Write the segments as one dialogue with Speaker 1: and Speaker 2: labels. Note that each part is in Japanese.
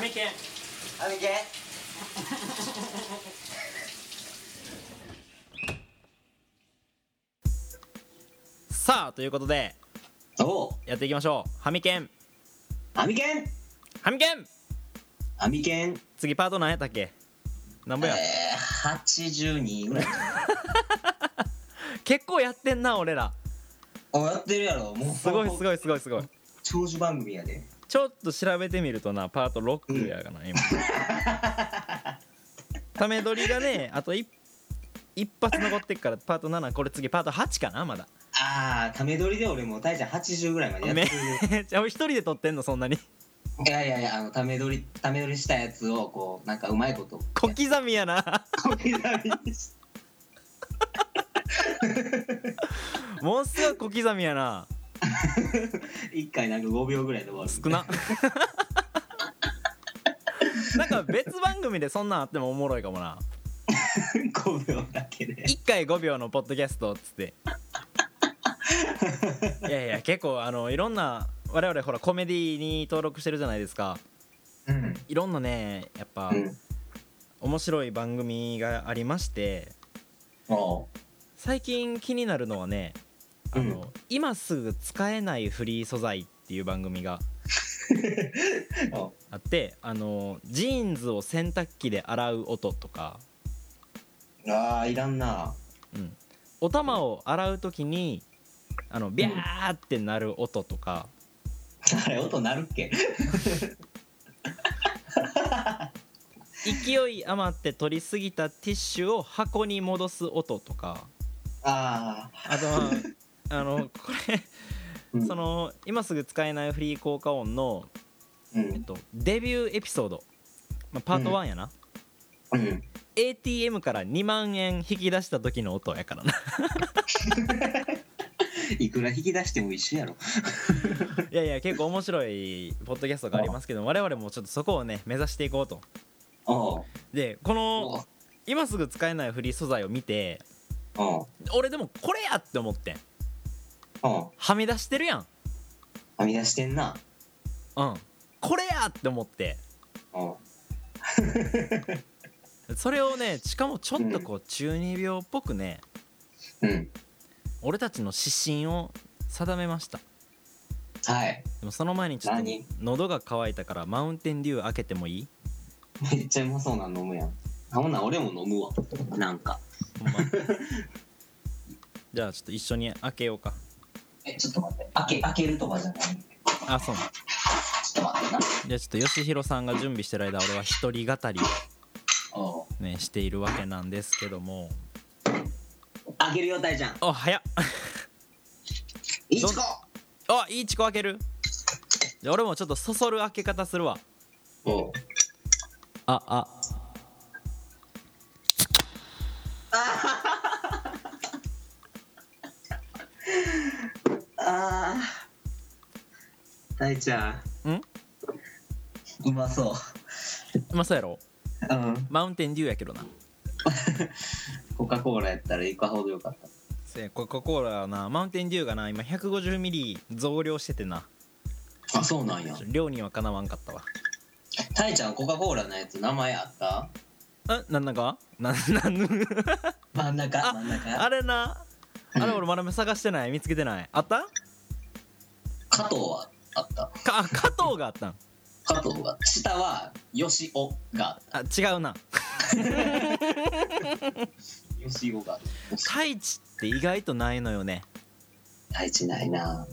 Speaker 1: メ犬
Speaker 2: あめけ
Speaker 1: さあということで
Speaker 2: おう
Speaker 1: やっていきましょうハミケン
Speaker 2: あみけん
Speaker 1: ハミケン
Speaker 2: あみけん
Speaker 1: 次パート何やったっけなんぼや、
Speaker 2: えー、82ぐらい
Speaker 1: 結構やってんな俺ら
Speaker 2: あやってるやろもう
Speaker 1: すごいすごいすごいすごい
Speaker 2: 長寿番組やで
Speaker 1: ちょっと調べてみるとなパート6やがな、 今ため撮りがねあと一一発残ってっからパート7これ次パート8かなまだ
Speaker 2: ああため撮りで俺もうたいちゃん80ぐらいまでやって
Speaker 1: め
Speaker 2: る
Speaker 1: っちゃ一人で撮ってんのそんなに
Speaker 2: いやいやいやあのため撮りため撮りしたやつをこうなんかうまいこと
Speaker 1: 小刻みやな
Speaker 2: 小刻みにし
Speaker 1: もうすごい小刻みやな
Speaker 2: 一回なんか5秒ぐらいで終わる
Speaker 1: 少 な なんか別番組でそんなんあってもおもろいかもな
Speaker 2: 5秒だけで
Speaker 1: 1回5秒のポッドキャストっつっていやいや結構あのいろんな我々ほらコメディに登録してるじゃないですか
Speaker 2: うん
Speaker 1: いろんなねやっぱ
Speaker 2: うん
Speaker 1: 面白い番組がありまして
Speaker 2: おう
Speaker 1: 最近気になるのはねあの、
Speaker 2: うん
Speaker 1: 今すぐ使えないフリー素材っていう番組が
Speaker 2: おう
Speaker 1: あってあのジーンズを洗濯機で洗う音とか、
Speaker 2: ああいらんな
Speaker 1: うん、お玉を洗う時にあのビャーってなる音とか、
Speaker 2: あれ音鳴るっけ
Speaker 1: 勢い余って取りすぎたティッシュを箱に戻す音とか
Speaker 2: ああ
Speaker 1: あとはあのこれ
Speaker 2: うん
Speaker 1: その今すぐ使えないフリー効果音の、
Speaker 2: う
Speaker 1: えっ
Speaker 2: ん
Speaker 1: と、デビューエピソード、まあ、パート
Speaker 2: うん
Speaker 1: 1やな、
Speaker 2: うん
Speaker 1: ATM から2万円引き出した時の音やからな
Speaker 2: いくら引き出しても一緒やろ
Speaker 1: いやいや結構面白いポッドキャストがありますけど我々もちょっとそこをね目指していこうと
Speaker 2: おう
Speaker 1: でこ
Speaker 2: お
Speaker 1: の
Speaker 2: う
Speaker 1: 今すぐ使えないフリー素材を見て
Speaker 2: おう
Speaker 1: 俺でもこれやって思ってん
Speaker 2: おう
Speaker 1: はみ出してるやん
Speaker 2: はみ出してんな
Speaker 1: うんこれやって思って
Speaker 2: おう
Speaker 1: それをねしかもちょっとこう中二病っぽくね
Speaker 2: うん
Speaker 1: 俺たちの指針を定めました
Speaker 2: はい
Speaker 1: でもその前にちょっと
Speaker 2: 何
Speaker 1: 喉が渇いたからマウンテンデュー開けてもいい
Speaker 2: めっちゃうまそうなの飲むやんあほな俺も飲むわなんか
Speaker 1: ほんまじゃあちょっと一緒に開けようか
Speaker 2: えちょっと待って開け開けるとかじゃないちょ
Speaker 1: あそう
Speaker 2: っと待ってな
Speaker 1: じゃあちょっと吉弘さんが準備してる間俺は一人語り
Speaker 2: おう
Speaker 1: をねしているわけなんですけども
Speaker 2: 開けるよたいちゃん
Speaker 1: あ早っ
Speaker 2: いちこ
Speaker 1: あいいチコ開けるじゃあ俺もちょっとそそる開け方するわ
Speaker 2: おう
Speaker 1: ああ
Speaker 2: あー大ちゃん
Speaker 1: ん
Speaker 2: うまそう
Speaker 1: まあそうやろ
Speaker 2: うん
Speaker 1: マウンテンデューやけどな
Speaker 2: コカ・コーラやったらいかほどよかった
Speaker 1: せやコカ・コーラはなマウンテンデューがな今150ミリ増量しててな
Speaker 2: あそうなんや
Speaker 1: 量にはかなわんかったわ
Speaker 2: たいちゃんコカ・コーラのやつ名前あった
Speaker 1: えなんなんかなん なんぬ
Speaker 2: 真ん中
Speaker 1: あ
Speaker 2: 真ん中
Speaker 1: あれなあれ俺まだ探してない見つけてないあった
Speaker 2: 加藤はあった
Speaker 1: かあ加藤があったん
Speaker 2: 加藤は下はよしおがあ
Speaker 1: あ
Speaker 2: った
Speaker 1: 違うな
Speaker 2: よしおが
Speaker 1: 太一って意外とないのよね
Speaker 2: 大地ないな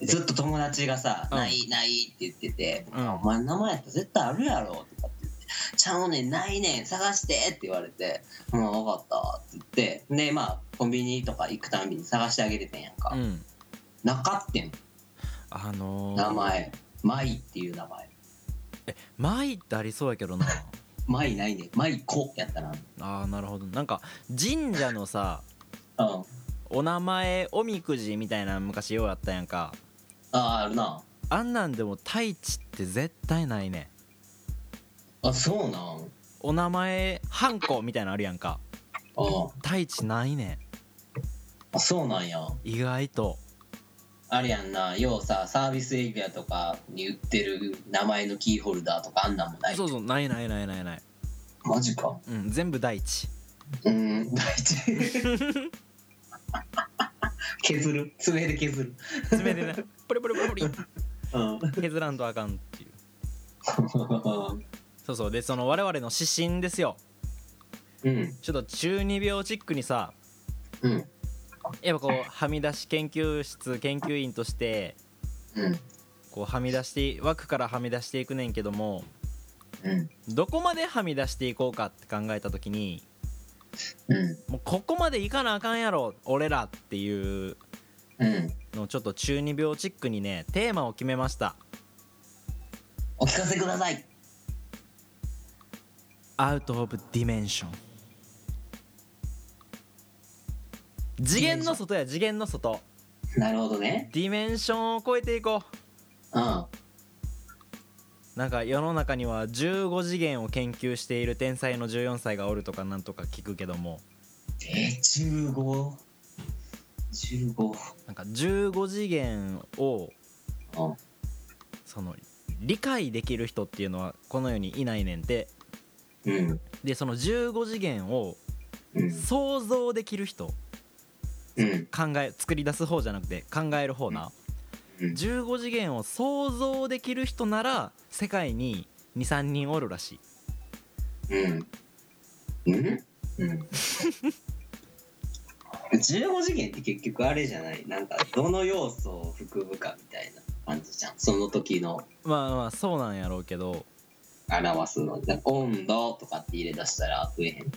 Speaker 2: ずっと友達がさ「
Speaker 1: うん
Speaker 2: ないない」って言ってて
Speaker 1: うん
Speaker 2: 「お前名前やったら絶対あるやろ」とかって言って「ちゃうねんないねん探して」って言われて「うん分かった」って言ってでまあコンビニとか行くたびに探してあげててんやんか、
Speaker 1: うん
Speaker 2: なかってん
Speaker 1: あのー、
Speaker 2: 名前マイっていう名前
Speaker 1: マイってありそうやけどな
Speaker 2: マイないねんマイコやったな
Speaker 1: あーなるほどなんか神社のさ
Speaker 2: うん
Speaker 1: お名前おみくじみたいなの昔ようやったやんか
Speaker 2: ああるな
Speaker 1: あんなんでも太一って絶対ないね
Speaker 2: あそうなん
Speaker 1: お名前ハンコみたいなのあるやんか
Speaker 2: うん
Speaker 1: 太一ないね
Speaker 2: あそうなんや
Speaker 1: 意外と
Speaker 2: あれやんなようさサービスエリアとかに売ってる名前のキーホルダーとかあんなんもない
Speaker 1: そうそうないないないないない、
Speaker 2: マジか
Speaker 1: うん、全部第一
Speaker 2: うん大事 削る爪で削る
Speaker 1: 爪でねポリポリポリポリ
Speaker 2: うん
Speaker 1: 削らんとあかんっていうそうそうでその我々の指針ですよ
Speaker 2: うん
Speaker 1: ちょっと中二病チックにさ
Speaker 2: うん
Speaker 1: やっぱこうはみ出し研究室研究員として
Speaker 2: うん
Speaker 1: こうはみ出して枠からはみ出していくねんけども
Speaker 2: うん
Speaker 1: どこまではみ出していこうかって考えた時に
Speaker 2: うん
Speaker 1: もうここまでいかなあかんやろ俺らっていう
Speaker 2: うん
Speaker 1: のをちょっと中二病チックにねテーマを決めました
Speaker 2: お聞かせください
Speaker 1: アウト・オブ・ディメンション次元の外や次元の外
Speaker 2: なるほどね
Speaker 1: ディメンションを超えていこ
Speaker 2: うん
Speaker 1: うなんか世の中には15次元を研究している天才の14歳がおるとかなんとか聞くけども
Speaker 2: えー、15 15
Speaker 1: なんか15次元を
Speaker 2: うん
Speaker 1: その理解できる人っていうのはこの世にいないねんて
Speaker 2: うん
Speaker 1: でその15次元を
Speaker 2: うん
Speaker 1: 想像できる人
Speaker 2: うん
Speaker 1: 考え作り出す方じゃなくて考える方な、
Speaker 2: うん
Speaker 1: 15次元を想像できる人なら世界に23人おるらしい
Speaker 2: うんうんうん15次元って結局あれじゃないなんかどの要素を含むかみたいな感じじゃんその時の
Speaker 1: まあまあそうなんやろうけど
Speaker 2: 表すのなんか温度とかって入れ出したら増えへん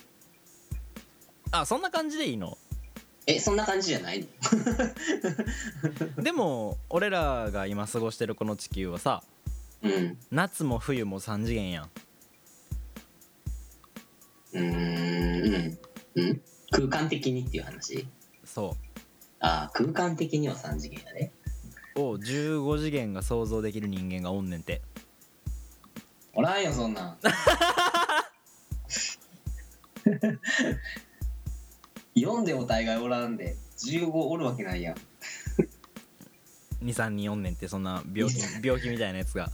Speaker 1: あそんな感じでいいの
Speaker 2: えそんな感じじゃないの
Speaker 1: でも俺らが今過ごしてるこの地球はさ
Speaker 2: うん
Speaker 1: 夏も冬も3次元やん
Speaker 2: うーんうんうん空間的にっていう話
Speaker 1: そ
Speaker 2: ああ空間的には3次元やね
Speaker 1: うを15次元が想像できる人間がおんねんて
Speaker 2: おらんよそんなん読んでも大概おらんで15おるわけないやん
Speaker 1: 23人おんねんてそんな病気病気みたいなやつが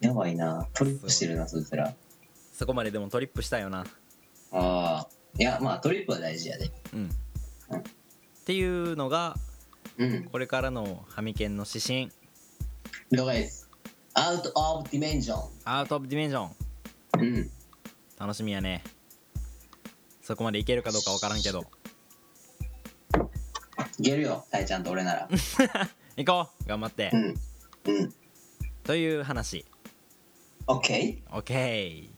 Speaker 2: やばいなトリップしてるなそいつらあ
Speaker 1: そこまででもトリップしたよな
Speaker 2: あーいやまあトリップは大事やで
Speaker 1: うん
Speaker 2: うん
Speaker 1: っていうのが
Speaker 2: うん
Speaker 1: これからのハミケンの指針
Speaker 2: 了解ですアウト・オブ・ディメンジョン
Speaker 1: アウト・オブ・ディメンション
Speaker 2: うん
Speaker 1: 楽しみやねそこまでいけるかどうか分からんけど
Speaker 2: いけるよたいちゃんと俺なら
Speaker 1: 行こう頑張って
Speaker 2: うんうん
Speaker 1: という話
Speaker 2: オッケー
Speaker 1: OK